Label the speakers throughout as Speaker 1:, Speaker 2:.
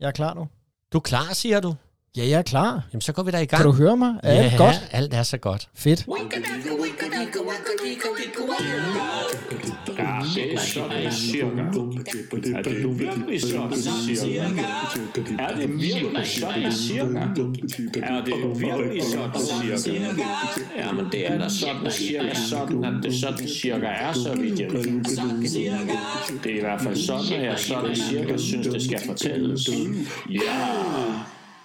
Speaker 1: Jeg er klar nu.
Speaker 2: Du er klar, siger du?
Speaker 1: Ja, jeg er klar.
Speaker 2: Jamen, så går vi da i gang.
Speaker 1: Kan du høre mig? Er
Speaker 2: ja,
Speaker 1: alt godt?
Speaker 2: alt er så godt.
Speaker 1: Fedt.
Speaker 3: Er det nu virkelig sådan, cirka? Er det virkelig sådan, cirka? Er det virkelig sådan, cirka? Ja, men det er da sådan, cirka, sådan, at det sådan, cirka er, så vidt jeg ved. Det er i hvert fald sådan, at jeg sådan, cirka synes, det skal fortælles. Ja!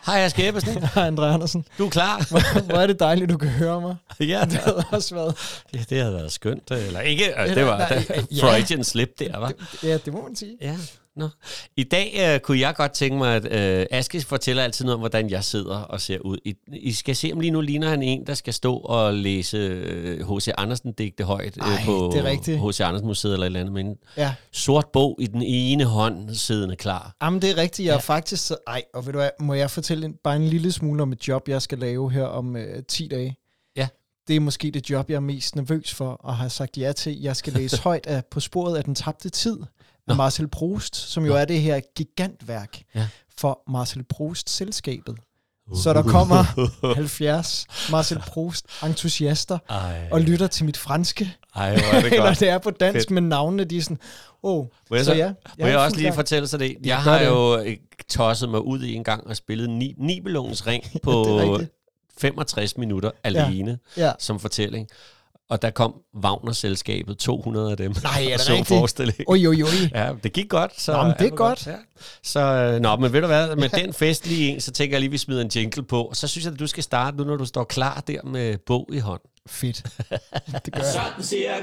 Speaker 2: Hej, jeg skal Ebbesen.
Speaker 1: Hej, André Andersen.
Speaker 2: Du er klar?
Speaker 1: Hvor er det dejligt, du kan høre mig.
Speaker 2: ja,
Speaker 1: Det havde også været...
Speaker 2: ja, det havde været skønt. Eller ikke, øh, det var
Speaker 1: Nej, ja.
Speaker 2: Freudian slip der, var.
Speaker 1: Ja, det må man sige.
Speaker 2: Ja, nå. I dag øh, kunne jeg godt tænke mig, at øh, Aske fortæller altid noget om, hvordan jeg sidder og ser ud. I, I skal se, om lige nu ligner han en, der skal stå og læse øh, H.C. Andersen-digte højt øh,
Speaker 1: Ej,
Speaker 2: på
Speaker 1: det er rigtigt.
Speaker 2: H.C. Andersen-museet eller et eller andet. Men en
Speaker 1: Ja.
Speaker 2: sort bog i den ene hånd siddende klar.
Speaker 1: Jamen, det er rigtigt. Jeg er faktisk... Så... Ej, og ved du hvad, må jeg fortælle en, bare en lille smule om et job, jeg skal lave her om øh, 10 dage?
Speaker 2: Ja.
Speaker 1: Det er måske det job, jeg er mest nervøs for, og har sagt ja til. Jeg skal læse højt af På sporet af den tabte tid af Marcel Proust, som jo er det her gigantværk
Speaker 2: Ja. Uh.
Speaker 1: for Marcel Proust-selskabet. Så der kommer 70 Marcel Proust-entusiaster
Speaker 2: Ej,
Speaker 1: og lytter til mit franske,
Speaker 2: ej, hvor er det
Speaker 1: eller
Speaker 2: godt.
Speaker 1: det er på dansk,
Speaker 2: Fedt.
Speaker 1: men navnene de er sådan, åh, oh,
Speaker 2: Må jeg,
Speaker 1: så
Speaker 2: så,
Speaker 1: ja.
Speaker 2: må jeg
Speaker 1: er
Speaker 2: også
Speaker 1: fuldt
Speaker 2: lige
Speaker 1: klar.
Speaker 2: fortælle sig det? Jeg,
Speaker 1: gør
Speaker 2: har
Speaker 1: det.
Speaker 2: jo øh, tosset mig ud i en gang og spillet ni, Nibelungens Ring på
Speaker 1: det er rigtigt.
Speaker 2: 65 minutter alene
Speaker 1: Ja.
Speaker 2: som fortælling. Og der kom Wagner-selskabet, 200 af dem.
Speaker 1: Nej, er det
Speaker 2: og så en
Speaker 1: rigtigt?
Speaker 2: forestilling.
Speaker 1: Oj, oj, oj.
Speaker 2: Ja, det gik godt. Så
Speaker 1: Nå, men det er
Speaker 2: alt var
Speaker 1: godt.
Speaker 2: Ja. Så, øh, nå, men ved du hvad, med den festlige en, så tænker jeg lige, vi smider en jingle på. Og så synes jeg, at du skal starte nu, når du står klar der med bog i hånd.
Speaker 1: Fedt. Det gør jeg.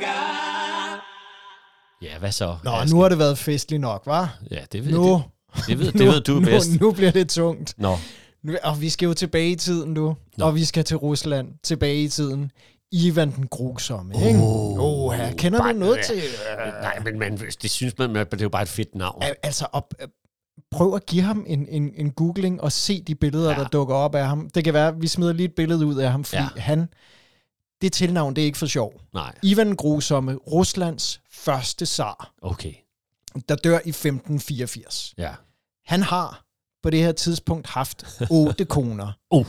Speaker 2: Ja, hvad så?
Speaker 1: Nå,
Speaker 2: Aske?
Speaker 1: nu har det været festligt nok, var?
Speaker 2: Ja, det ved,
Speaker 1: Nu.
Speaker 2: det, det ved, det
Speaker 1: nu,
Speaker 2: ved du
Speaker 1: nu,
Speaker 2: bedst.
Speaker 1: Nu bliver det tungt.
Speaker 2: Nå,
Speaker 1: Nu, og vi skal jo tilbage i tiden nu. Og vi skal til Rusland. Tilbage i tiden. Ivan den grusomme, ikke? Oh, oh her. Kender du
Speaker 2: bare-
Speaker 1: noget
Speaker 2: ja.
Speaker 1: til?
Speaker 2: Øh, nej, men man, det synes man, man, det er jo bare et fedt navn.
Speaker 1: Al- Altså, op, prøv at give ham en, en, en googling og se de billeder, ja. der dukker op af ham. Det kan være, at vi smider lige et billede ud af ham, fordi
Speaker 2: Ja.
Speaker 1: ja. han... Det tilnavn, det er ikke for sjov.
Speaker 2: Nej,
Speaker 1: Ivan den Grusomme, Ruslands første zar,
Speaker 2: okay.
Speaker 1: der dør i 1584.
Speaker 2: Ja.
Speaker 1: Han har på det her tidspunkt haft otte koner.
Speaker 2: Uh,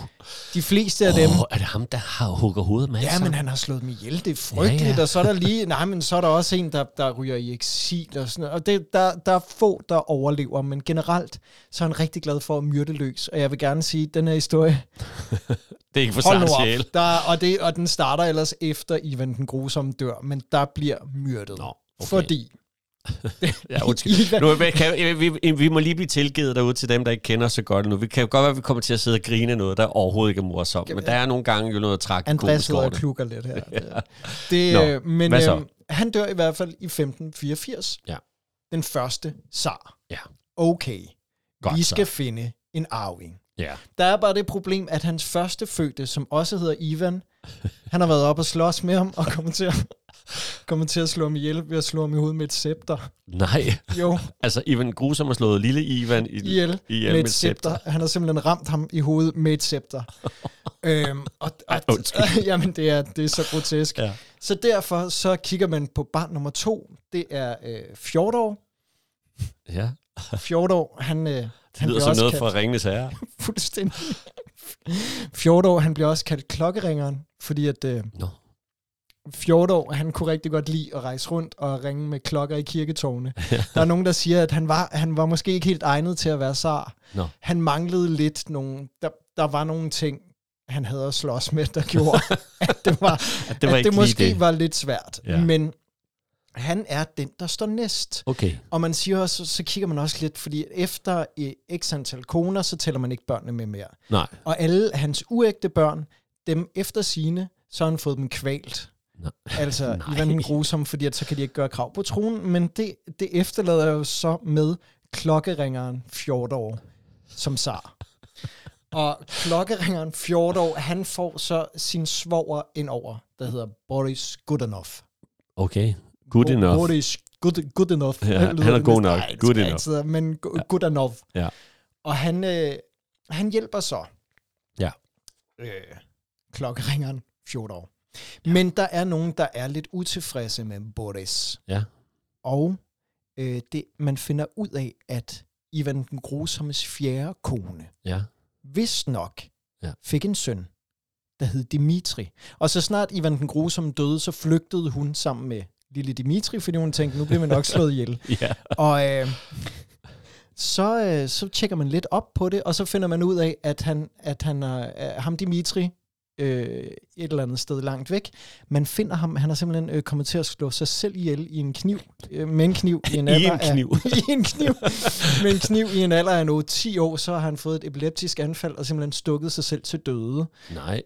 Speaker 1: De fleste af dem...
Speaker 2: oh, er det ham, der har hugger hovedet med?
Speaker 1: Ja, men han har slået dem ihjel, det er frygteligt,
Speaker 2: Ja,
Speaker 1: ja,
Speaker 2: ja.
Speaker 1: ja. og så er der lige, nej, men så er der også en, der, der ryger i eksil og sådan noget, og det, der, der er få, der overlever, men generelt, så er han rigtig glad for at myrde løs, og jeg vil gerne sige, at den her historie,
Speaker 2: Det er ikke for
Speaker 1: hold nu
Speaker 2: samme sjæl.
Speaker 1: op, der, og, det, og den starter ellers efter Ivan den Grusomme dør, men der bliver myrdet,
Speaker 2: Nå, okay.
Speaker 1: fordi
Speaker 2: Ja, undskyld.
Speaker 1: Ivan-
Speaker 2: Nu, vi, kan, vi, vi må lige blive tilgivet derude til dem, der ikke kender os så godt nu. Vi kan jo godt være, at vi kommer til at sidde og grine af noget, der overhovedet ikke er morsomt. Men der er nogle gange jo noget træk.
Speaker 1: Andreas sidder og klukker lidt her. Det,
Speaker 2: Nå,
Speaker 1: øh, men
Speaker 2: hvad så?
Speaker 1: øhm, han dør i hvert fald i 1584.
Speaker 2: Ja.
Speaker 1: Den første zar.
Speaker 2: Ja,
Speaker 1: Okay,
Speaker 2: Godt
Speaker 1: Godt vi
Speaker 2: så.
Speaker 1: skal finde en arving.
Speaker 2: ja.
Speaker 1: Der er bare det problem, at hans første fødte, som også hedder Ivan, han har været op og slås med ham og kommer til at, kommer til at slå ham ihjel ved at slå ham i hovedet med et scepter.
Speaker 2: Nej,
Speaker 1: Jo,
Speaker 2: altså Ivan Grusom har slået lille Ivan i,
Speaker 1: ihjel,
Speaker 2: ihjel
Speaker 1: med et scepter. Han har simpelthen ramt ham i hovedet med et scepter. øhm, og, og,
Speaker 2: undskyld.
Speaker 1: jamen, det er, det er så grotesk.
Speaker 2: Ja.
Speaker 1: Så derfor så kigger man på barn nummer to. Det er øh, Fjordor.
Speaker 2: Ja,
Speaker 1: Fjordor, han, øh,
Speaker 2: det
Speaker 1: han
Speaker 2: lyder
Speaker 1: bliver
Speaker 2: som
Speaker 1: også
Speaker 2: noget
Speaker 1: kaldt,
Speaker 2: fra Ringenes Herre.
Speaker 1: Fuldstændig. Fjordor, han bliver også kaldt klokkeringeren, fordi at øh,
Speaker 2: Nå.
Speaker 1: Fjordor, han kunne rigtig godt lide at rejse rundt og ringe med klokker i kirketårne. Der er nogen, der siger, at han var, han var måske ikke helt egnet til at være zar.
Speaker 2: Nå.
Speaker 1: Han manglede lidt nogle... Der, der var nogle ting, han havde at slås med, der gjorde, at det, var,
Speaker 2: det var
Speaker 1: at
Speaker 2: ikke
Speaker 1: det
Speaker 2: lige
Speaker 1: måske
Speaker 2: det.
Speaker 1: var lidt svært.
Speaker 2: Ja.
Speaker 1: Men han er den, der står næst.
Speaker 2: Okay,
Speaker 1: Og man siger også, så kigger man også lidt, fordi efter øh, x antal koner, så tæller man ikke børnene med mere.
Speaker 2: nej.
Speaker 1: Og alle hans uægte børn, dem efter sine, så har han fået dem kvalt.
Speaker 2: Nå.
Speaker 1: Altså,
Speaker 2: Nej.
Speaker 1: Nej. Ivan den grusomme, fordi at så kan de ikke gøre krav på tronen, men det, det efterlader jo så med klokkeringeren 14 år som zar. Og klokkeringeren 14 år, han får så sin svoger ind over, der hedder Boris Godunov.
Speaker 2: Okay, good enough.
Speaker 1: Boris Good, good enough.
Speaker 2: Ja, han er god nok. Good enough.
Speaker 1: enough. Men go- Godunov.
Speaker 2: Ja.
Speaker 1: Og han, øh, han hjælper så
Speaker 2: Ja.
Speaker 1: øh, klokkeringeren 14 år. Men der er nogen, der er lidt utilfredse med Boris.
Speaker 2: Ja.
Speaker 1: Og øh, det, man finder ud af, at Ivan den Grusommes fjerde kone,
Speaker 2: Ja.
Speaker 1: hvis nok,
Speaker 2: Ja.
Speaker 1: ja. fik en søn, der hed Dimitri. Og så snart Ivan den Grusomme døde, så flygtede hun sammen med lille Dimitri, fordi hun tænkte, nu bliver man nok slået ihjel.
Speaker 2: ja.
Speaker 1: Og øh, så, øh, så tjekker man lidt op på det, og så finder man ud af, at, han, at han er, er ham Dimitri øh, et eller andet sted langt væk. Man finder ham, han er simpelthen øh, kommet til at slå sig selv ihjel i en kniv, øh, med en kniv i en
Speaker 2: I
Speaker 1: alder
Speaker 2: en kniv.
Speaker 1: Af, I en kniv. Med en kniv i en alder af nu 10 år, så har han fået et epileptisk anfald og simpelthen stukket sig selv til døde.
Speaker 2: Nej.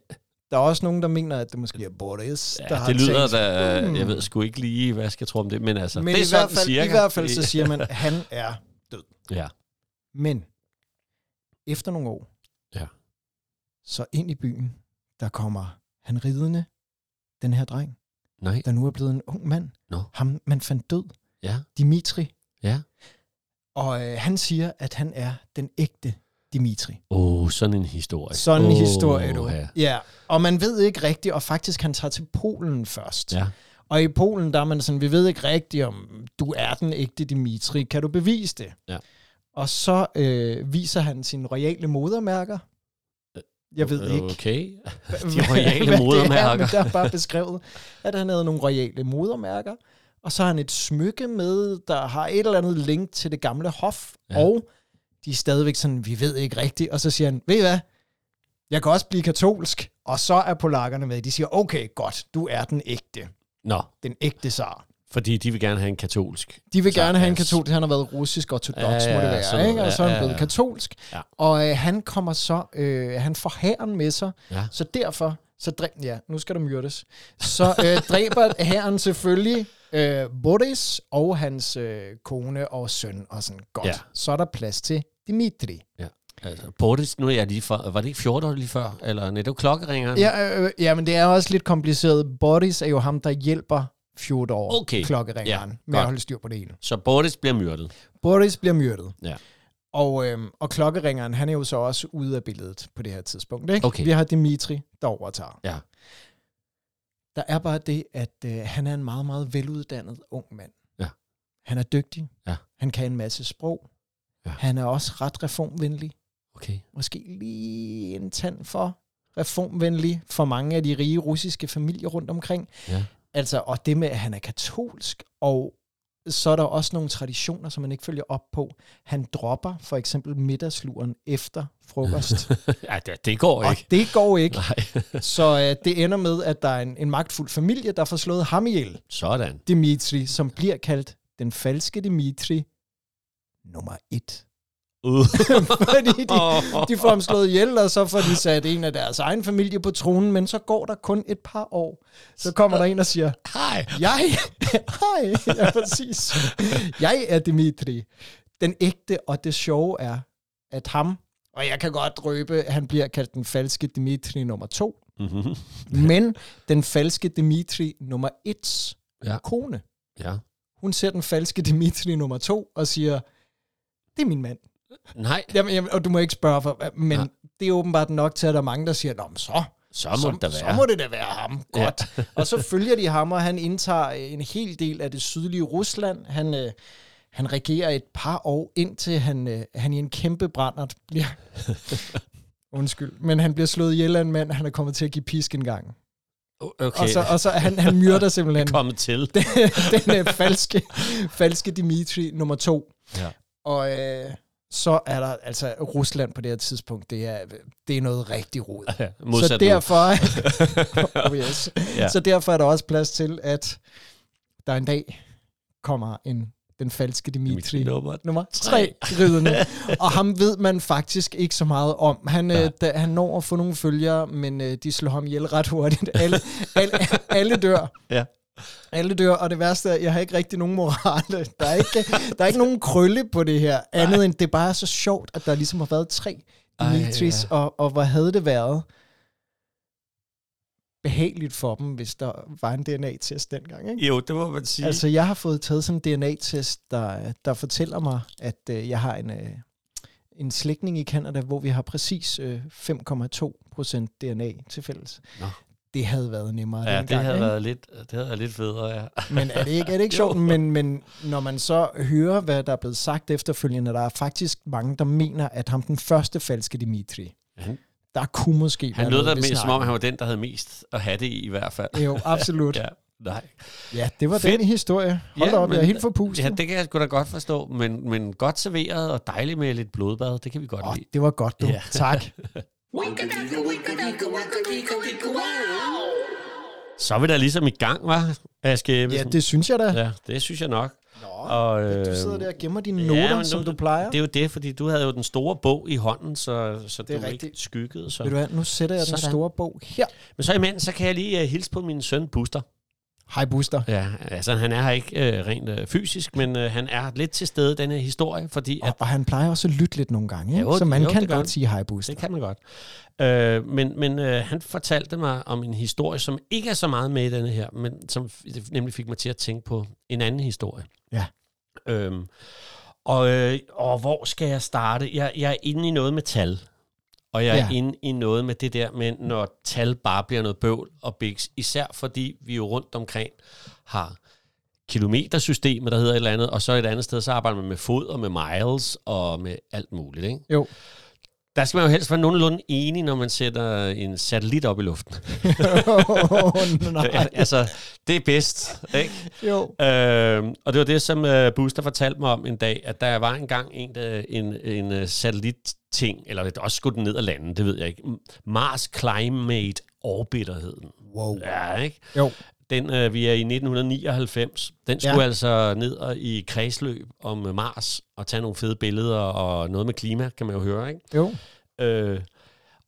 Speaker 1: Der er også nogen, der mener, at det måske er Boris, der
Speaker 2: Ja,
Speaker 1: har
Speaker 2: det lyder
Speaker 1: tænkt, "Hmm."
Speaker 2: da... Jeg ved sgu ikke lige, hvad jeg skal tro om det, men altså...
Speaker 1: Men
Speaker 2: det er
Speaker 1: i, hvert
Speaker 2: sådan
Speaker 1: fald,
Speaker 2: cirka.
Speaker 1: i hvert fald så siger man, at han er
Speaker 2: Ja.
Speaker 1: Men efter nogle år,
Speaker 2: Ja.
Speaker 1: så ind i byen, der kommer han ridende, den her dreng,
Speaker 2: Nej.
Speaker 1: der nu er blevet en ung mand.
Speaker 2: Nå.
Speaker 1: Ham, man fandt død,
Speaker 2: Ja.
Speaker 1: Dimitri.
Speaker 2: Ja.
Speaker 1: Og øh, han siger, at han er den ægte Dimitri.
Speaker 2: Åh, oh, sådan en historie.
Speaker 1: Sådan en
Speaker 2: Åh,
Speaker 1: oh, historie, du.
Speaker 2: Ja.
Speaker 1: ja. Og man ved ikke rigtigt, og faktisk han tager til Polen først.
Speaker 2: ja.
Speaker 1: Og i Polen, der er man sådan, vi ved ikke rigtigt, om du er den ægte Dimitri. Kan du bevise det?
Speaker 2: Ja.
Speaker 1: Og så øh, viser han sine royale modermærker.
Speaker 2: Øh,
Speaker 1: Jeg ved ikke.
Speaker 2: Okay.
Speaker 1: hva-
Speaker 2: de royale
Speaker 1: hvad det er,
Speaker 2: modermærker.
Speaker 1: men der er bare beskrevet, at han havde nogle royale modermærker. Og så har han et smykke med, der har et eller andet link til det gamle hof.
Speaker 2: Ja.
Speaker 1: Ja. Og de er stadigvæk sådan, vi ved ikke rigtigt. Og så siger han, ved I hvad? Jeg kan også blive katolsk. Og så er polakkerne med. De siger, okay, godt, du er den ægte.
Speaker 2: Nå,
Speaker 1: Den ægte zar.
Speaker 2: fordi de vil gerne have en katolsk.
Speaker 1: De vil
Speaker 2: Så,
Speaker 1: så, gerne have en
Speaker 2: altså-
Speaker 1: katolsk. Han har været russisk ortodox,
Speaker 2: Ja,
Speaker 1: ja, ja, må det
Speaker 2: ja,
Speaker 1: være.
Speaker 2: sådan noget.
Speaker 1: ikke? Og så er
Speaker 2: Ja,
Speaker 1: han
Speaker 2: ja,
Speaker 1: blevet
Speaker 2: ja.
Speaker 1: katolsk.
Speaker 2: Ja.
Speaker 1: Og øh, han kommer så... Øh, han får hæren med sig.
Speaker 2: Ja.
Speaker 1: Så derfor... Så dræ- ja, nu skal der myrdes. Så øh, dræber hæren selvfølgelig øh, Boris og hans øh, kone og søn. Og sådan, godt.
Speaker 2: Ja.
Speaker 1: Ja. Så er der plads til Dimitri.
Speaker 2: Altså, Bortis, nu er jeg lige for... Var det ikke 14 år lige før? Eller nej, det var klokkeringeren.
Speaker 1: Ja, øh, øh, ja, men det er også lidt kompliceret. Boris er jo ham, der hjælper Fjodor,
Speaker 2: Okay.
Speaker 1: klokkeringeren,
Speaker 2: Ja,
Speaker 1: med
Speaker 2: godt.
Speaker 1: at holde styr på det hele.
Speaker 2: Så Bortis bliver myrdet.
Speaker 1: Boris bliver myrdet.
Speaker 2: Ja.
Speaker 1: Og, øhm, og klokkeringeren, han er jo så også ude af billedet på det her tidspunkt. Ikke?
Speaker 2: Okay.
Speaker 1: Vi har Dimitri, der overtager.
Speaker 2: Ja.
Speaker 1: Der er bare det, at øh, han er en meget, meget veluddannet ung mand.
Speaker 2: Ja.
Speaker 1: Han er dygtig.
Speaker 2: Ja.
Speaker 1: Han kan en masse sprog.
Speaker 2: Ja.
Speaker 1: Han er også ret reformvenlig.
Speaker 2: Okay.
Speaker 1: Måske lige en tand for reformvenlig for mange af de rige russiske familier rundt omkring.
Speaker 2: Ja.
Speaker 1: Altså, og det med, at han er katolsk, og så er der også nogle traditioner, som man ikke følger op på. Han dropper for eksempel middagsluren efter frokost,
Speaker 2: ja, det, det går
Speaker 1: og
Speaker 2: ikke.
Speaker 1: det går ikke.
Speaker 2: Nej.
Speaker 1: Så øh, det ender med, at der er en, en magtfuld familie, der får slået ham ihjel,
Speaker 2: Sådan.
Speaker 1: Dimitri, som bliver kaldt den falske Dimitri nummer et.
Speaker 2: Uh.
Speaker 1: Fordi de, de får ham slået ihjel, og så får de sat en af deres egen familie på tronen, men så går der kun et par år. Så kommer der en og siger,
Speaker 2: Hej.
Speaker 1: Jeg, hej, ja, præcis. Jeg er Dimitri. Den ægte, og det sjove er, at ham, og jeg kan godt røbe, at han bliver kaldt den falske Dimitri nummer to,
Speaker 2: Mm-hmm.
Speaker 1: men den falske Dimitri nummer ets
Speaker 2: Ja.
Speaker 1: ja. kone,
Speaker 2: Ja.
Speaker 1: hun ser den falske Dimitri nummer to og siger, det er min mand.
Speaker 2: Nej,
Speaker 1: Jamen, jamen, og du må ikke spørge for, hvad- men
Speaker 2: Nej.
Speaker 1: det er åbenbart nok til, at der er mange, der siger, Nå, men så,
Speaker 2: så må det da være.
Speaker 1: så må det da være ham. Godt. Ja. og så følger de ham, og han indtager øh, en hel del af det sydlige Rusland. Han, øh, han regerer et par år, indtil han, øh, han i en kæmpe brændert bliver... Undskyld, men han bliver slået ihjel af en mand, han er kommet til at give pisk en gang.
Speaker 2: Okay.
Speaker 1: Og så, og så han, han myrder simpelthen
Speaker 2: Kommet til.
Speaker 1: den øh, falske, falske Dimitri nummer to.
Speaker 2: Ja.
Speaker 1: Og øh, så er der altså Rusland på det her tidspunkt, det er, det er noget rigtig rod. Så
Speaker 2: Modsat nu.
Speaker 1: derfor, oh yes.
Speaker 2: Ja.
Speaker 1: ja. så derfor er der også plads til, at der en dag kommer en, den falske Dimitri,
Speaker 2: Dimitri nummer
Speaker 1: nummer
Speaker 2: tre.
Speaker 1: 3 ridende. og ham ved man faktisk ikke så meget om. Han,
Speaker 2: Nej.
Speaker 1: øh, da, han når at få nogle følgere, men øh, de slår ham ihjel ret hurtigt. Alle, alle, alle dør.
Speaker 2: Ja.
Speaker 1: Alle dør, og det værste er, at jeg har ikke rigtig nogen morale. Der er ikke, der er ikke nogen krølle på det her, andet end det bare er så sjovt, at der ligesom har været tre
Speaker 2: Ej,
Speaker 1: Dimitris, og, og hvor havde det været behageligt for dem, hvis der var en DNA-test dengang, ikke?
Speaker 2: Jo, det må man sige.
Speaker 1: Altså, jeg har fået taget sådan en DNA-test, der, der fortæller mig, at øh, jeg har en, øh, en slægtning i Kanada, hvor vi har præcis øh, 5,2 procent DNA til fælles.
Speaker 2: Nå.
Speaker 1: Det havde været nemmere
Speaker 2: Ja,
Speaker 1: dengang,
Speaker 2: det havde
Speaker 1: ikke?
Speaker 2: været lidt, det havde været lidt federe, ja.
Speaker 1: Men er det ikke, er det ikke
Speaker 2: Jo.
Speaker 1: sjovt? Men, men når man så hører, hvad der er blevet sagt efterfølgende, der er faktisk mange, der mener, at ham den første falske Dimitri,
Speaker 2: Han-
Speaker 1: der kunne måske
Speaker 2: Han
Speaker 1: være
Speaker 2: lød
Speaker 1: noget
Speaker 2: der
Speaker 1: ved
Speaker 2: mest, som
Speaker 1: snakken.
Speaker 2: om han var den, der havde mest at have det i, i hvert fald.
Speaker 1: Jo, absolut.
Speaker 2: Ja, nej.
Speaker 1: Ja, det var
Speaker 2: Fedt.
Speaker 1: den historie. Hold
Speaker 2: Ja,
Speaker 1: ja, op, jeg er
Speaker 2: men-
Speaker 1: helt forpustet.
Speaker 2: Ja, det kan jeg sgu da godt forstå, men, men godt serveret og dejligt med lidt blodbad, det kan vi godt
Speaker 1: Åh,
Speaker 2: lide.
Speaker 1: det var godt, du.
Speaker 2: Ja.
Speaker 1: Ja. Tak.
Speaker 2: Så er vi da ligesom i gang, var Aske
Speaker 1: Ja,
Speaker 2: Ebbesen?
Speaker 1: det synes jeg da. Ja.
Speaker 2: ja, det synes jeg nok.
Speaker 1: Nå,
Speaker 2: Og, øh,
Speaker 1: du sidder der og gemmer dine
Speaker 2: ja,
Speaker 1: noter,
Speaker 2: men
Speaker 1: ja, som
Speaker 2: nu-
Speaker 1: du plejer.
Speaker 2: Det er jo det, fordi du havde jo den store bog i hånden, så, så
Speaker 1: Det er
Speaker 2: du ikke
Speaker 1: rigtigt.
Speaker 2: skyggede. Så.
Speaker 1: Ved du hvad, nu sætter jeg den
Speaker 2: Sådan.
Speaker 1: store bog her.
Speaker 2: Men så imens, så kan jeg lige uh, hilse på min søn Buster.
Speaker 1: Hej, Buster.
Speaker 2: Ja, altså han er her ikke uh, rent uh, fysisk, men uh, han er lidt til stede i den her historie, fordi
Speaker 1: Og,
Speaker 2: at,
Speaker 1: og han plejer også at lytte lidt nogle gange, ikke?
Speaker 2: Jo,
Speaker 1: så man
Speaker 2: jo,
Speaker 1: kan
Speaker 2: det
Speaker 1: godt
Speaker 2: gør han.
Speaker 1: sige hej, Buster.
Speaker 2: det kan man godt. Uh, men men uh, han fortalte mig om en historie, som ikke er så meget med i denne her, men som f- nemlig fik mig til at tænke på en anden historie.
Speaker 1: Ja.
Speaker 2: Øhm, og, øh, og hvor skal jeg starte? Jeg, jeg er inde i noget med tal. Og jeg er ja.
Speaker 1: Ja.
Speaker 2: inde i noget med det der med, når tal bare bliver noget bøvl og biks. Især fordi vi jo rundt omkring har kilometersystemet, der hedder et eller andet, og så et andet sted, så arbejder man med fod og med miles og med alt muligt. Ikke?
Speaker 1: Jo.
Speaker 2: Der skal man jo helst være nogenlunde enig, når man sætter en satellit op i luften.
Speaker 1: Åh, nej.
Speaker 2: altså, det er bedst, ikke?
Speaker 1: Jo.
Speaker 2: Øh, og det var det, som øh, Buster fortalte mig om en dag, at der var engang en, øh, en, en øh, satellitting, eller det også skulle den ned og lande, det ved jeg ikke. M- Mars Climate Orbiter hed den.
Speaker 1: Wow.
Speaker 2: Ja, ikke?
Speaker 1: Jo.
Speaker 2: Den, øh, vi er i 1999. Den
Speaker 1: Ja.
Speaker 2: skulle ja. altså ned og i kredsløb om øh, Mars og tage nogle fede billeder og noget med klima, kan man jo høre, ikke?
Speaker 1: Jo.
Speaker 2: Øh,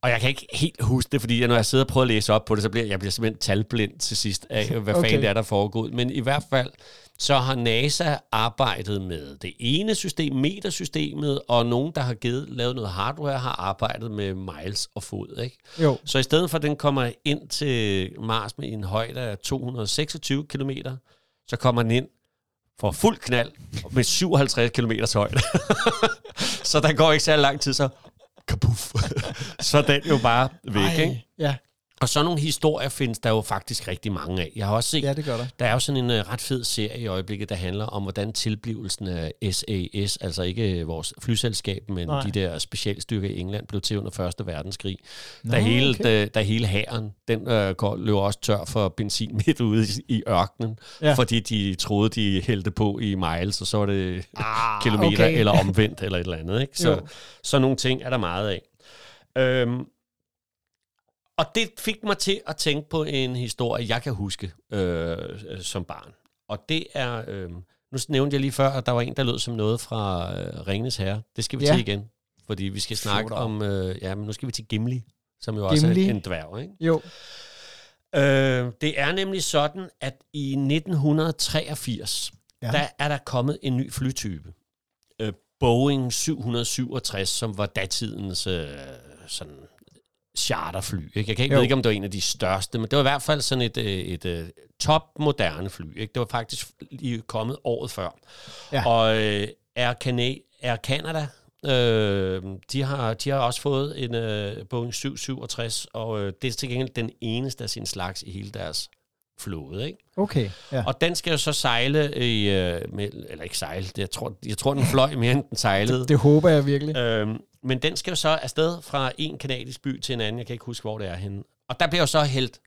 Speaker 2: og jeg kan ikke helt huske det, fordi jeg, når jeg sidder og prøver at læse op på det, så bliver jeg bliver simpelthen talblind til sidst af, hvad okay.
Speaker 1: Okay.
Speaker 2: fanden det er, der er foregået. Men i hvert fald, så har NASA arbejdet med det ene system, metersystemet, og nogen, der har givet, lavet noget hardware, har arbejdet med miles og fod. Ikke?
Speaker 1: Jo.
Speaker 2: Så i stedet for, at den kommer ind til Mars med en højde af 226 km, så kommer den ind for fuld knald med 57 km højde. så der går ikke særlig lang tid, så kapuff. så er den jo bare væk. Ikke?
Speaker 1: Ej, Ja,
Speaker 2: Og sådan nogle historier findes der jo faktisk rigtig mange af. Jeg har også set,
Speaker 1: ja, det gør der.
Speaker 2: der er jo sådan en øh, ret fed serie i øjeblikket, der handler om, hvordan tilblivelsen af SAS, altså ikke øh, vores flyselskab, men Nej.
Speaker 1: Nej.
Speaker 2: de der specialstyrker i England, blev til under 1. verdenskrig.
Speaker 1: Nå,
Speaker 2: Da hele,
Speaker 1: okay.
Speaker 2: okay. da, da hele hæren, den øh, går, løber også tør for benzin midt ude i, i ørkenen, ja.
Speaker 1: Ja.
Speaker 2: fordi de troede, de hældte på i miles, og så var det ah, kilometer okay.
Speaker 1: okay.
Speaker 2: eller omvendt eller et eller andet. Ikke? Så,
Speaker 1: Jo.
Speaker 2: så nogle ting er der meget af. Øhm, og det fik mig til at tænke på en historie, jeg kan huske øh, øh, som barn. Og det er, øh, nu nævnte jeg lige før, at der var en, der lød som noget fra øh, Ringenes Herre. Det skal vi ja.
Speaker 1: Ja.
Speaker 2: til igen, fordi vi skal snakke
Speaker 1: Fjorter.
Speaker 2: om, øh, ja, men nu skal vi til Gimli, som jo også
Speaker 1: Gimli.
Speaker 2: er en dværg, ikke?
Speaker 1: Jo.
Speaker 2: Øh, det er nemlig sådan, at i 1983, ja.
Speaker 1: Ja.
Speaker 2: der er der kommet en ny flytype. Øh, Boeing 767, som var datidens øh, sådan charterfly. Ikke? Jeg kan ikke
Speaker 1: Jo.
Speaker 2: ved ikke, om det var en af de største, men det var i hvert fald sådan et, øh, et, et topmoderne fly. Ikke? Det var faktisk lige kommet året før.
Speaker 1: Ja.
Speaker 2: Og øh, Air, Cana- Air Canada, øh, de, har, de har også fået en øh, Boeing 767, og øh, det er til gengæld den eneste af sin slags i hele deres flåde. Ikke?
Speaker 1: Okay, ja.
Speaker 2: Og den skal jo så sejle i... Øh, med, eller ikke sejle, det, jeg, tror, jeg tror, den fløj mere, end den sejlede.
Speaker 1: Det håber jeg virkelig.
Speaker 2: Øhm, men den skal jo så afsted fra en kanadisk by til en anden. Jeg kan ikke huske, hvor det er henne. Og der bliver jo så hældt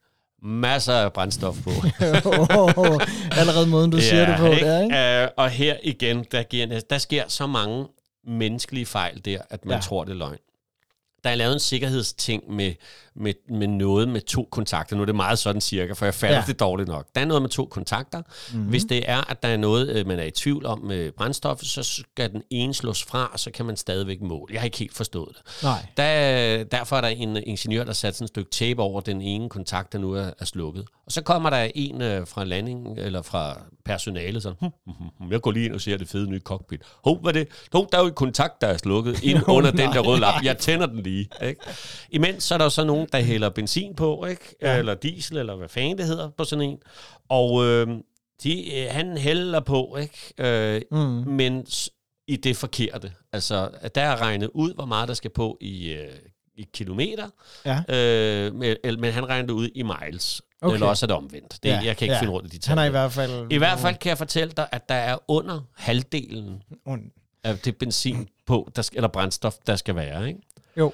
Speaker 2: masser af brændstof på.
Speaker 1: Åh, Allerede måden, du siger det på, det er, ikke?
Speaker 2: ikke? Øh, og her igen, der, giver, der sker så mange menneskelige fejl der, at man ja.
Speaker 1: Ja.
Speaker 2: tror, det er løgn. Der er lavet en sikkerhedsting med, med, med noget med to kontakter. Nu er det meget sådan cirka, for jeg fatter ja.
Speaker 1: Ja. Mhm.
Speaker 2: det dårligt nok. Der er noget med to kontakter. Mm-hmm. Hvis det er, at der er noget, øh, man er i tvivl om med brændstoffet, så skal den ene slås fra, og så kan man stadigvæk måle. Jeg har ikke helt forstået det.
Speaker 1: Nej.
Speaker 2: Der, derfor er der en ingeniør, der satte sådan et stykke tape over den ene kontakt, der nu er, er slukket. Og så kommer der en øh, fra landingen, eller fra personalet, sådan, hm, hm, hm, hm, jeg går lige ind og ser det fede nye cockpit. Hov, hvad er det? Hov, der er jo en kontakt, der er slukket ind
Speaker 1: Nå,
Speaker 2: under den
Speaker 1: nej.
Speaker 2: der røde lap. Jeg tænder den lige. Ikke? Imens så er der jo så nogen, der hælder benzin på, ikke? Ja. eller diesel, eller hvad fanden det hedder på sådan en. Og øh, de, øh, han hælder på, ikke? Øh,
Speaker 1: Mm.
Speaker 2: men s- i det forkerte. Altså, at der er regnet ud, hvor meget der skal på i, øh, i kilometer,
Speaker 1: Ja.
Speaker 2: øh, men, eller- men han regnede det ud i miles.
Speaker 1: Okay.
Speaker 2: Okay. Eller også er det omvendt. Det,
Speaker 1: Ja,
Speaker 2: ja. Jeg kan ikke
Speaker 1: ja.
Speaker 2: ja. finde rundt i de tal.
Speaker 1: Han er i hvert fald...
Speaker 2: I hvert fald kan jeg fortælle dig, at der er under halvdelen
Speaker 1: Und.
Speaker 2: af det benzin på, der skal, eller brændstof, der skal være. Ikke?
Speaker 1: Jo.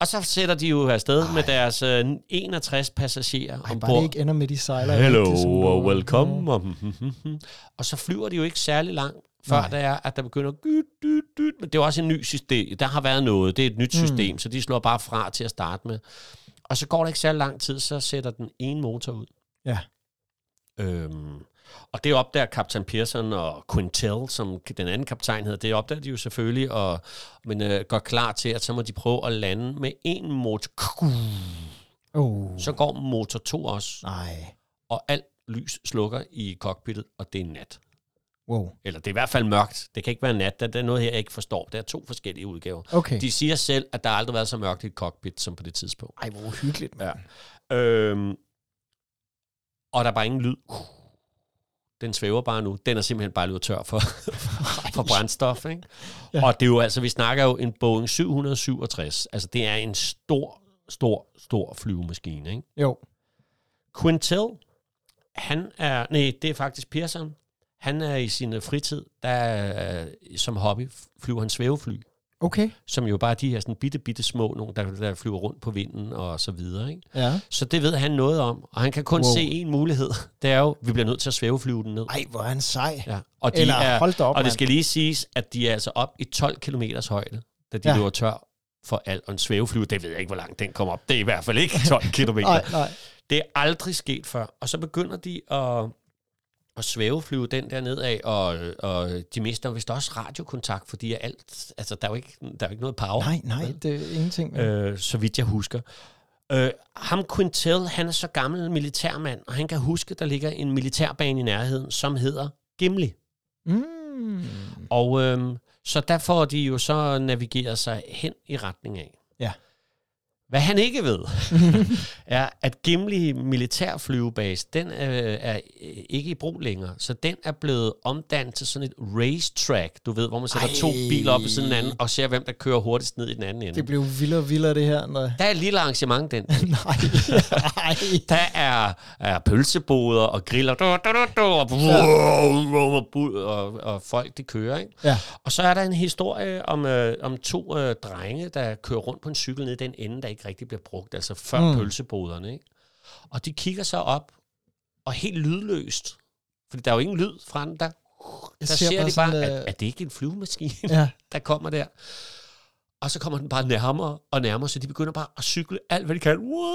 Speaker 2: Og så sætter de jo afsted Ej. med deres øh, 61 passagerer
Speaker 1: Ej, bare det
Speaker 2: ombord.
Speaker 1: ikke ender med de sejler.
Speaker 2: Hello
Speaker 1: rigtig, som du-
Speaker 2: og welcome. Og, ligesom og så flyver de jo ikke særlig langt, før der er, at der begynder at gyt, dyt, dyt. Men det er jo også en ny system. Der har været noget. Det er et nyt system, så de slår bare fra til at starte med. Og så går der ikke særlig lang tid, så sætter den ene motor ud.
Speaker 1: Ja.
Speaker 2: Øhm, og det opdager kaptajn Pearson og Quintel, som den anden kaptajn hedder, det opdager de jo selvfølgelig, og, men øh, går klar til, at så må de prøve at lande med en motor.
Speaker 1: Oh,
Speaker 2: Så går motor 2 også,
Speaker 1: nej.
Speaker 2: og alt lys slukker i cockpittet, og det er nat.
Speaker 1: Wow.
Speaker 2: Eller det er i hvert fald mørkt. Det kan ikke være nat. Der der er noget her, jeg ikke forstår. Der er to forskellige udgaver.
Speaker 1: Okay.
Speaker 2: De siger selv, at der aldrig har været så mørkt i et cockpit som på det tidspunkt.
Speaker 1: Ej, hvor hyggeligt, mand.
Speaker 2: Øhm, og der er bare ingen lyd. Den svæver bare nu. Den er simpelthen bare løbet tør for, for brændstof. Ikke?
Speaker 1: Ja.
Speaker 2: Ja. Og det er jo altså, vi snakker jo en Boeing 767. Altså det er en stor, stor, stor flyvemaskine. Ikke?
Speaker 1: Jo.
Speaker 2: Quintel, han er, nej, det er faktisk Pearson. Han er i sin øh, fritid, der øh, som hobby flyver han svævefly,
Speaker 1: Okay.
Speaker 2: som jo bare er de her sådan bitte, bitte små nogen, der, der flyver rundt på vinden og så videre. Ikke?
Speaker 1: Ja.
Speaker 2: Så det ved han noget om, og han kan kun
Speaker 1: Wow.
Speaker 2: wow. se en mulighed. Det er jo, vi bliver nødt til at svæveflyve den ned.
Speaker 1: Ej, hvor er han sej.
Speaker 2: Ja. Og, de
Speaker 1: Eller,
Speaker 2: er,
Speaker 1: hold da op,
Speaker 2: og det
Speaker 1: mand.
Speaker 2: skal lige siges, at de er altså op i 12 km højde, da de
Speaker 1: Ja.
Speaker 2: ja. løber tør for alt. Og en svæveflyve, det ved jeg ikke, hvor langt den kommer op. Det er i hvert fald ikke 12 km.
Speaker 1: Nej, nej.
Speaker 2: Det er aldrig sket før. Og så begynder de at, at svæveflyve den der nedad, og, og de mister vist også radiokontakt, fordi er alt, altså, der, er jo ikke, der er jo ikke noget power.
Speaker 1: Nej, nej, det er ingenting. Øh.
Speaker 2: øh, så vidt jeg husker. Øh, ham Quintel, han er så gammel en militærmand, og han kan huske, der ligger en militærbane i nærheden, som hedder Gimli.
Speaker 1: Mm.
Speaker 2: Og øh, så der får de jo så navigeret sig hen i retning af.
Speaker 1: Ja.
Speaker 2: Hvad han ikke ved, er, at Gimli militærflyvebase, den øh, er øh, ikke i brug længere. Så den er blevet omdannet til sådan et racetrack, du ved, hvor man sætter
Speaker 1: Ej.
Speaker 2: Ej. to biler op ved siden af hinanden, og ser, hvem der kører hurtigst ned i den anden ende.
Speaker 1: Det blev vildere og vildere, det her. Nej.
Speaker 2: Der er et lille arrangement den dag.
Speaker 1: nej. Ej.
Speaker 2: Der er, er pølseboder og griller, du, du, du, du, og, wow, og, bu- og, og folk, de kører. Ikke?
Speaker 1: Ja.
Speaker 2: Og så er der en historie om, øh, om to øh, drenge, der kører rundt på en cykel ned i den ende, der ikke rigtig bliver brugt, altså før
Speaker 1: Mm.
Speaker 2: mm. pølseboderne. Ikke? Og de kigger så op, og helt lydløst, fordi der er jo ingen lyd fra den, der, der
Speaker 1: ser
Speaker 2: ser,
Speaker 1: bare
Speaker 2: de
Speaker 1: sådan,
Speaker 2: bare,
Speaker 1: øh,
Speaker 2: at, at det ikke er en flyvemaskine
Speaker 1: Ja.
Speaker 2: der kommer der. Og så kommer den bare nærmere og nærmere, så de begynder bare at cykle alt, hvad de kan. Wow!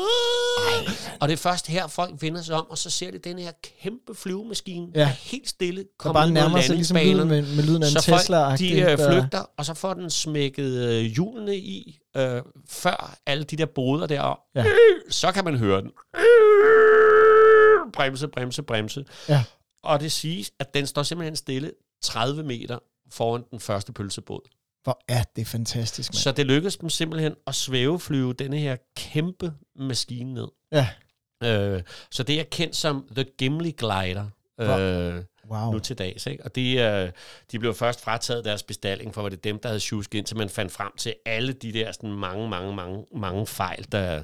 Speaker 2: Og det er først her, folk vender sig om, og så ser de den her kæmpe flyvemaskine,
Speaker 1: Ja.
Speaker 2: ja. der helt stille
Speaker 1: Der
Speaker 2: kommer
Speaker 1: bare
Speaker 2: ned mod
Speaker 1: nærmer sig ligesom lyden
Speaker 2: landingsbanen.
Speaker 1: med, med lyden af en
Speaker 2: Så folk
Speaker 1: Tesla-agtig.
Speaker 2: de, øh,
Speaker 1: der-
Speaker 2: flygter, og så får den smækket øh, hjulene i, øh, før alle de der boder der, og
Speaker 1: Ja.
Speaker 2: ja. øh, så kan man høre den. Øh, bremse, bremse, bremse.
Speaker 1: Ja.
Speaker 2: Og det siges, at den står simpelthen stille 30 meter foran den første pølsebåd.
Speaker 1: Hvor er det fantastisk, mand.
Speaker 2: Så det lykkedes dem simpelthen at svæveflyve denne her kæmpe maskine ned.
Speaker 1: Ja.
Speaker 2: Øh, så det er kendt som The Gimli Glider. Øh,
Speaker 1: Wow.
Speaker 2: nu til dags. Ikke? Og de, øh, de blev først frataget deres bestalling, for var det dem, der havde tjusket, indtil man fandt frem til alle de der sådan mange, mange, mange, mange fejl, der,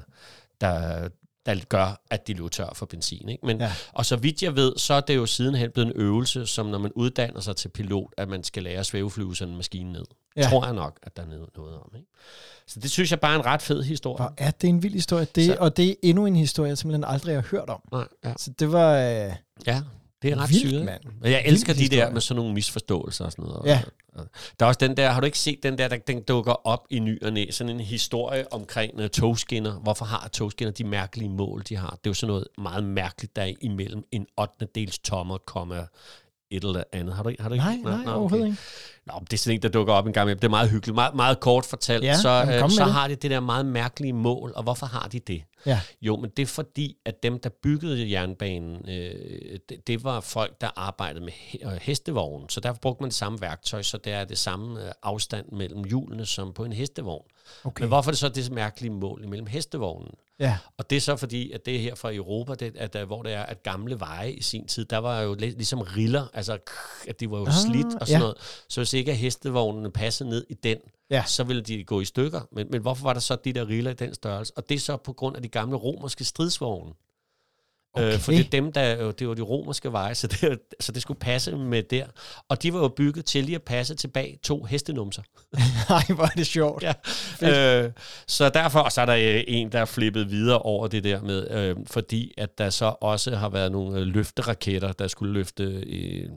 Speaker 2: der, der gør, at de løb tør for benzin. Ikke? Men,
Speaker 1: Ja.
Speaker 2: ja. Og så vidt jeg ved, så er det jo sidenhen blevet en øvelse, som når man uddanner sig til pilot, at man skal lære at svæveflyve sådan en maskine ned.
Speaker 1: Ja.
Speaker 2: Ja. Tror jeg nok, at der er noget noget om. Ikke? Så det synes jeg bare er en ret fed historie.
Speaker 1: Hvor er det en vild historie. Det,
Speaker 2: Så-
Speaker 1: og det er endnu en historie, jeg simpelthen aldrig har hørt om.
Speaker 2: Nej, ja.
Speaker 1: Så det var... Øh,
Speaker 2: ja, det er ret
Speaker 1: Vildt,
Speaker 2: syret.
Speaker 1: mand.
Speaker 2: Men jeg elsker
Speaker 1: Vild
Speaker 2: de
Speaker 1: historie.
Speaker 2: der med sådan nogle misforståelser og sådan noget.
Speaker 1: Ja.
Speaker 2: Og- Der er også den der, har du ikke set den der, der den dukker op i ny og næ, sådan en historie omkring uh, togskinner. Hvorfor har togskinner de mærkelige mål, de har? Det er jo sådan noget meget mærkeligt, der er imellem en 8. dels tommer, komma et eller andet. Har du, ikke- har du ikke?
Speaker 1: nej, nej, overhovedet ikke.
Speaker 2: Nå, men det er sådan en, der dukker op en gang imellem. Det er meget hyggeligt. Meget, meget kort fortalt,
Speaker 1: Ja,
Speaker 2: ja, så,
Speaker 1: jamen, kom
Speaker 2: øh, så
Speaker 1: med det.
Speaker 2: har de det der meget mærkelige mål, og hvorfor har de det?
Speaker 1: Ja.
Speaker 2: Jo, men det er fordi, at dem, der byggede jernbanen, øh, det, det var folk, der arbejdede med he- øh, hestevogn. Så derfor brugte man det samme værktøj, så der er det samme øh, afstand mellem hjulene som på en hestevogn.
Speaker 1: Okay.
Speaker 2: Men hvorfor er det så det mærkelige mål mellem hestevognen?
Speaker 1: Ja.
Speaker 2: Og det er så fordi, at det er her fra Europa, det, at, der, hvor det er, at gamle veje i sin tid, der var jo lidt, ligesom riller, altså at de var jo
Speaker 1: Ah,
Speaker 2: ah, slidt og sådan
Speaker 1: ja.
Speaker 2: ja. noget. Så hvis ikke at hestevognene passede ned i den,
Speaker 1: Ja.
Speaker 2: så ville de gå i stykker. Men, men hvorfor var der så de der riller i den størrelse? Og det er så på grund af de gamle romerske stridsvogne. Okay.
Speaker 1: Okay.
Speaker 2: Øh, for det er dem, der, jo- det var de romerske veje, så det, så det skulle passe med der. Og de var jo bygget til lige at passe tilbage to hestenumser.
Speaker 1: Nej, hvor er det sjovt.
Speaker 2: Ja. Øh, så derfor, og så er der øh, en, der er flippet videre over det der med, øh, fordi at der så også har været nogle øh, løfteraketter, der skulle løfte, øh,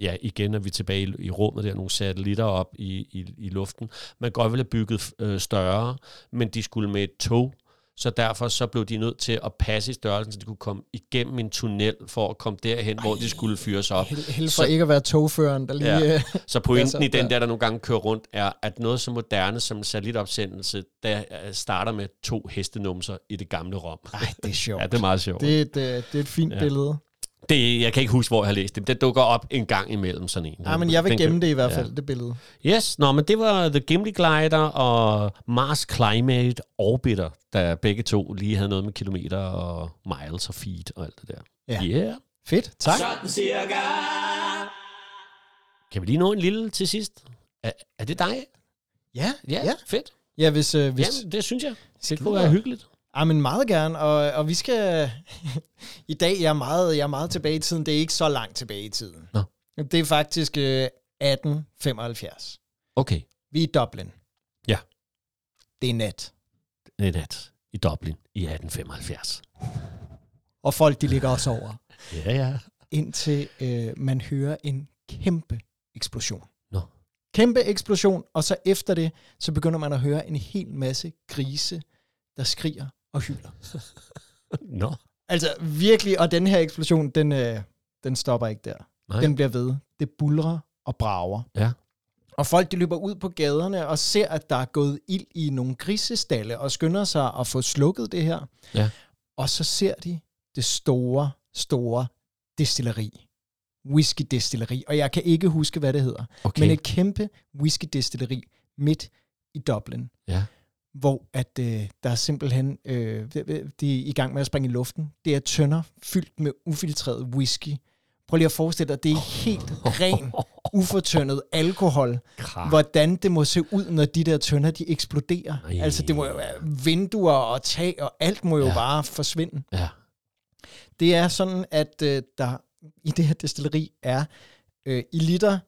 Speaker 2: ja igen er vi tilbage i, i rummet der, nogle satellitter op i, i, i luften. Man godt ville have bygget øh, større, men de skulle med et tog, så derfor så blev de nødt til at passe i størrelsen, så de kunne komme igennem en tunnel for at komme derhen, Ej, hvor de skulle fyres op.
Speaker 1: Held, held for
Speaker 2: Så-
Speaker 1: så... ikke at være togføreren, der lige...
Speaker 2: Ja.
Speaker 1: Ja.
Speaker 2: Så pointen
Speaker 1: Altså,
Speaker 2: altså, i den
Speaker 1: ja.
Speaker 2: der, der nogle gange kører rundt, er, at noget så moderne som satellitopsendelse, der øh, starter med to hestenumser i det gamle Rom.
Speaker 1: Ej, det er sjovt.
Speaker 2: Ja, det er meget sjovt.
Speaker 1: det,
Speaker 2: Det,
Speaker 1: er et, øh, det er et fint
Speaker 2: Ja.
Speaker 1: ja. billede.
Speaker 2: det, jeg kan ikke huske, hvor jeg har læst det, men det dukker op en gang imellem sådan en.
Speaker 1: Nej, Ah, men jeg vil
Speaker 2: Den
Speaker 1: gemme
Speaker 2: kan-
Speaker 1: det i hvert
Speaker 2: ja.
Speaker 1: fald, ja. det billede.
Speaker 2: Yes, nå, men det var The Gimli Glider og Mars Climate Orbiter, der begge to lige havde noget med kilometer og miles og feet og alt det der.
Speaker 1: Ja.
Speaker 2: Yeah.
Speaker 1: Fedt, tak.
Speaker 3: Sådan cirka.
Speaker 2: Kan vi lige nå en lille til sidst? Er, er det dig?
Speaker 1: Ja,
Speaker 2: Ja, ja.
Speaker 1: ja.
Speaker 2: fedt.
Speaker 1: ja hvis... Øh, hvis...
Speaker 2: Jamen, det synes jeg. Det
Speaker 1: Skide
Speaker 2: kunne være
Speaker 1: godt.
Speaker 2: hyggeligt.
Speaker 1: Ja, men meget gerne, og, og vi skal... I dag jeg er meget, jeg er meget tilbage i tiden. Det er ikke så langt tilbage i tiden.
Speaker 2: Nå.
Speaker 1: Det er faktisk øh, 1875.
Speaker 2: Okay.
Speaker 1: Vi er i Dublin.
Speaker 2: Ja.
Speaker 1: Det er nat.
Speaker 2: en nat i Dublin i 1875.
Speaker 1: Og folk, de ligger også over.
Speaker 2: Ja, ja.
Speaker 1: Indtil øh, man hører en kæmpe eksplosion.
Speaker 2: Nå.
Speaker 1: Kæmpe eksplosion, og så efter det, så begynder man at høre en hel masse grise, der skriger og hyler.
Speaker 2: Nå.
Speaker 1: Altså virkelig, og den her eksplosion, den, øh, den stopper ikke der.
Speaker 2: Nej.
Speaker 1: Den bliver ved. Det bulrer og brager.
Speaker 2: Ja.
Speaker 1: Og folk de løber ud på gaderne og ser, at der er gået ild i nogle grisestalle, og skynder sig at få slukket det her.
Speaker 2: Ja.
Speaker 1: Og så ser de det store, store destilleri. Whisky-destilleri. Og jeg kan ikke huske, hvad det hedder.
Speaker 2: Okay.
Speaker 1: Okay. Men et kæmpe whisky-destilleri midt i Dublin
Speaker 2: Ja.
Speaker 1: hvor at øh, der er simpelthen, øh, de de er i gang med at springe i luften. Det er tønder fyldt med ufiltreret whisky. Prøv lige at forestille dig, det er helt ren, ufortyndet alkohol.
Speaker 2: Krap.
Speaker 1: Hvordan det må se ud, når de der tønder, de eksploderer.
Speaker 2: Ej.
Speaker 1: Altså, det må jo være vinduer og tag, og alt må jo
Speaker 2: Ja.
Speaker 1: ja. bare forsvinde.
Speaker 2: Ja.
Speaker 1: Det er sådan, at øh, der i det her destilleri er øh, i liter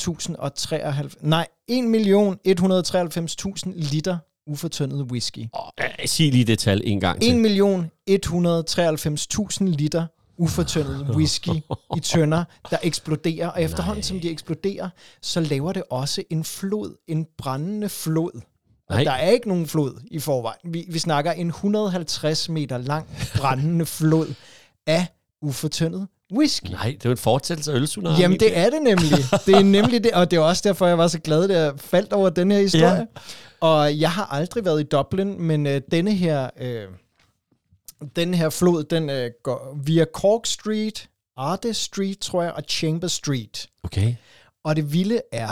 Speaker 1: 1.193.000 nej, 1.193.000 liter ufortyndet whisky.
Speaker 2: Og, øh, sig lige det tal en gang til.
Speaker 1: 1.193.000 liter ufortyndet whisky i tønder, der eksploderer. Og efterhånden,
Speaker 2: Nej.
Speaker 1: Nej. som de eksploderer, så laver det også en flod, en brændende flod.
Speaker 2: Nej.
Speaker 1: Og der er ikke nogen flod i forvejen. Vi, vi snakker en 150 meter lang brændende flod af ufortyndet whisky.
Speaker 2: Nej, det er jo en fortsættelse af øltsunami.
Speaker 1: Jamen, det er det nemlig. Det er nemlig det, og det er også derfor, jeg var så glad, da jeg faldt over den her historie. Ja. Og jeg har aldrig været i Dublin, men øh, denne her... Øh, den her flod, den øh, går via Cork Street, Arde Street, tror jeg, og Chamber Street.
Speaker 2: Okay.
Speaker 1: Og det vilde er,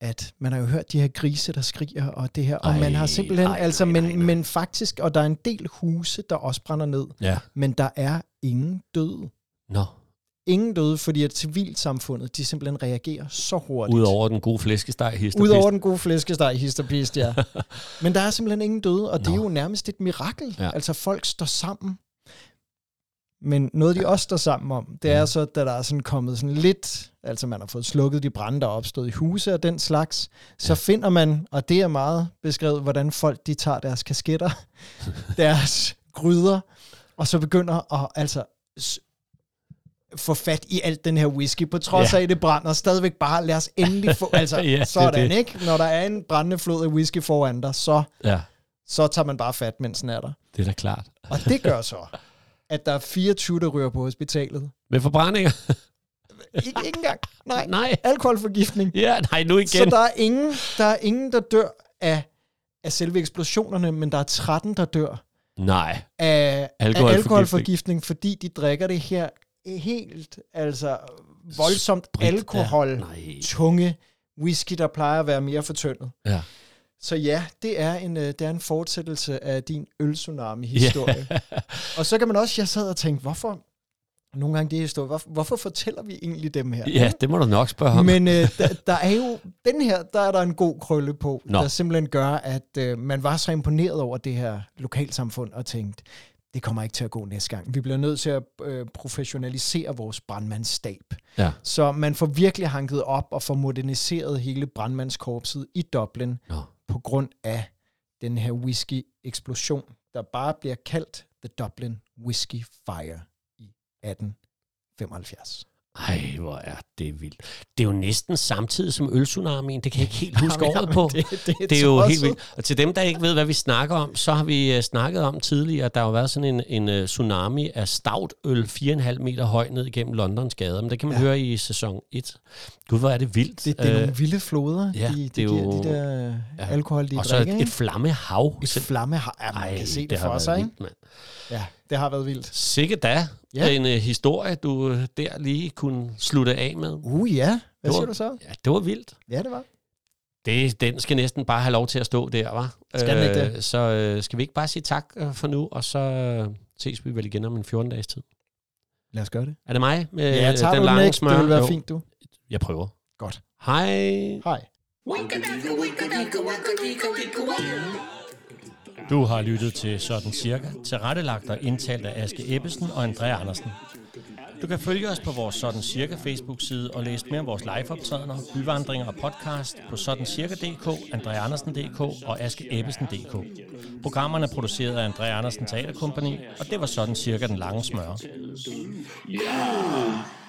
Speaker 1: at man har jo hørt de her grise, der skriger, og det her, og
Speaker 2: Ej,
Speaker 1: man har simpelthen,
Speaker 2: nej,
Speaker 1: altså,
Speaker 2: nej,
Speaker 1: men,
Speaker 2: nej, nej.
Speaker 1: men faktisk, og der er en del huse, der også brænder ned,
Speaker 2: Ja.
Speaker 1: men der er ingen døde
Speaker 2: Nå.
Speaker 1: ingen døde, fordi at civilsamfundet, de simpelthen reagerer så hurtigt.
Speaker 2: Udover den gode flæskesteg hister.
Speaker 1: Udover den gode flæskesteg, histerpist, ja. Men der er simpelthen ingen døde, og det er
Speaker 2: Nå.
Speaker 1: jo nærmest et mirakel.
Speaker 2: Ja.
Speaker 1: Ja. Altså, folk står sammen. Men noget, de også står sammen om, det er så, da der er sådan kommet sådan lidt, altså man har fået slukket de brænde, der er opstået i huse og den slags, så ja. finder man, og det er meget beskrevet, hvordan folk de tager deres kasketter, deres gryder, og så begynder at altså s- få fat i alt den her whisky, på trods
Speaker 2: Ja.
Speaker 1: ja. af, at det brænder stadigvæk bare, lad os endelig få, altså
Speaker 2: Ja, det er
Speaker 1: ja, sådan,
Speaker 2: det.
Speaker 1: det. ikke? Når der er en brændende flod af whisky foran dig, så,
Speaker 2: Ja,
Speaker 1: så tager man bare fat, mens den er der.
Speaker 2: det er da klart.
Speaker 1: Og det gør så, at der er 24, der ryger på hospitalet.
Speaker 2: Med forbrændinger?
Speaker 1: Ikke, ikke engang, nej.
Speaker 2: Nej.
Speaker 1: Alkoholforgiftning.
Speaker 2: Ja, nej, nu igen.
Speaker 1: Så der er, ingen, der er ingen, der dør af, af selve eksplosionerne, men der er 13, der dør
Speaker 2: Nej.
Speaker 1: af
Speaker 2: Alkoholforgiftning.
Speaker 1: alkoholforgiftning, af alkoholforgiftning fordi de drikker det her helt, altså voldsomt
Speaker 2: Sprit, ja.
Speaker 1: alkohol,
Speaker 2: Nej.
Speaker 1: tunge whisky, der plejer at være mere fortyndet.
Speaker 2: Ja.
Speaker 1: Så ja, det er en, øh, det er en fortsættelse af din øltsunami-historie. Yeah. og så kan man også, jeg sad og tænkte, hvorfor, nogle gange det er historie, hvorfor, hvorfor fortæller vi egentlig dem her?
Speaker 2: Ja, det må du nok spørge ham.
Speaker 1: Men øh, der, der er jo, den her, der er der en god krølle på,
Speaker 2: Nå.
Speaker 1: der simpelthen gør, at øh, man var så imponeret over det her lokalsamfund og tænkte, det kommer ikke til at gå næste gang. Vi bliver nødt til at øh, professionalisere vores brandmandsstab.
Speaker 2: Ja.
Speaker 1: Så man får virkelig hanket op og får moderniseret hele brandmandskorpset i Dublin
Speaker 2: Nå.
Speaker 1: på grund af den her whisky-eksplosion, der bare bliver kaldt The Dublin Whisky Fire i 1875.
Speaker 2: Ej, hvor er det vildt. Det er jo næsten samtidig som øltsunamien. Det kan jeg ikke helt huske
Speaker 1: Jamen,
Speaker 2: året på.
Speaker 1: jamen, det,
Speaker 2: Det er jo
Speaker 1: tosset.
Speaker 2: helt vildt. Og til dem, der ikke ved, hvad vi snakker om, så har vi øh, snakket om tidligere, at der har været sådan en, en øh, tsunami af stavtøl 4,5 meter høj ned igennem Londons gader. Men det kan man ja. høre i sæson 1. Gud, hvor er det vildt.
Speaker 1: Det, det er
Speaker 2: Øh,
Speaker 1: nogle vilde floder,
Speaker 2: ja,
Speaker 1: ja, de, de
Speaker 2: det er
Speaker 1: det giver
Speaker 2: jo-
Speaker 1: de der øh, ja. alkoholdige
Speaker 2: og så
Speaker 1: drikke.
Speaker 2: et, et flammehav.
Speaker 1: et flamme har, ja, man
Speaker 2: Ej,
Speaker 1: kan se det,
Speaker 2: det har
Speaker 1: for
Speaker 2: været
Speaker 1: sig, ikke?
Speaker 2: vildt, mand.
Speaker 1: Ja, det har været vildt.
Speaker 2: Sikke da.
Speaker 1: Ja.
Speaker 2: En øh, historie, du øh, der lige kunne slutte af med.
Speaker 1: Uh ja, hvad
Speaker 2: Det
Speaker 1: siger
Speaker 2: var-
Speaker 1: du så?
Speaker 2: Ja, det var vildt.
Speaker 1: Ja, det var.
Speaker 2: Det, den skal næsten bare have lov til at stå der, var.
Speaker 1: Skal den ikke
Speaker 2: Så øh, skal vi ikke bare sige tak øh, for nu, og så øh, ses vi vel igen om en 14-dages tid.
Speaker 1: Lad os gøre det.
Speaker 2: Er det mig med
Speaker 1: Ja,
Speaker 2: øh,
Speaker 1: tager
Speaker 2: den
Speaker 1: du den
Speaker 2: lange
Speaker 1: ikke?
Speaker 2: smør?
Speaker 1: Det ville være
Speaker 2: Jo,
Speaker 1: fint, du.
Speaker 2: Jeg prøver.
Speaker 1: Godt.
Speaker 2: Hej.
Speaker 1: Hej.
Speaker 4: Du har lyttet til Sådan Cirka, tilrettelagt og indtalt af Aske Ebbesen og Andrea Andersen. Du kan følge os på vores Sådan Cirka Facebook-side og læse mere om vores liveoptrædener, byvandringer og podcast på sådancirka.dk, andreaandersen.dk og askeebbesen.dk. Programmerne er produceret af Andrea Andersen Teaterkompagni, og det var Sådan Cirka den lange smøre.
Speaker 3: Ja,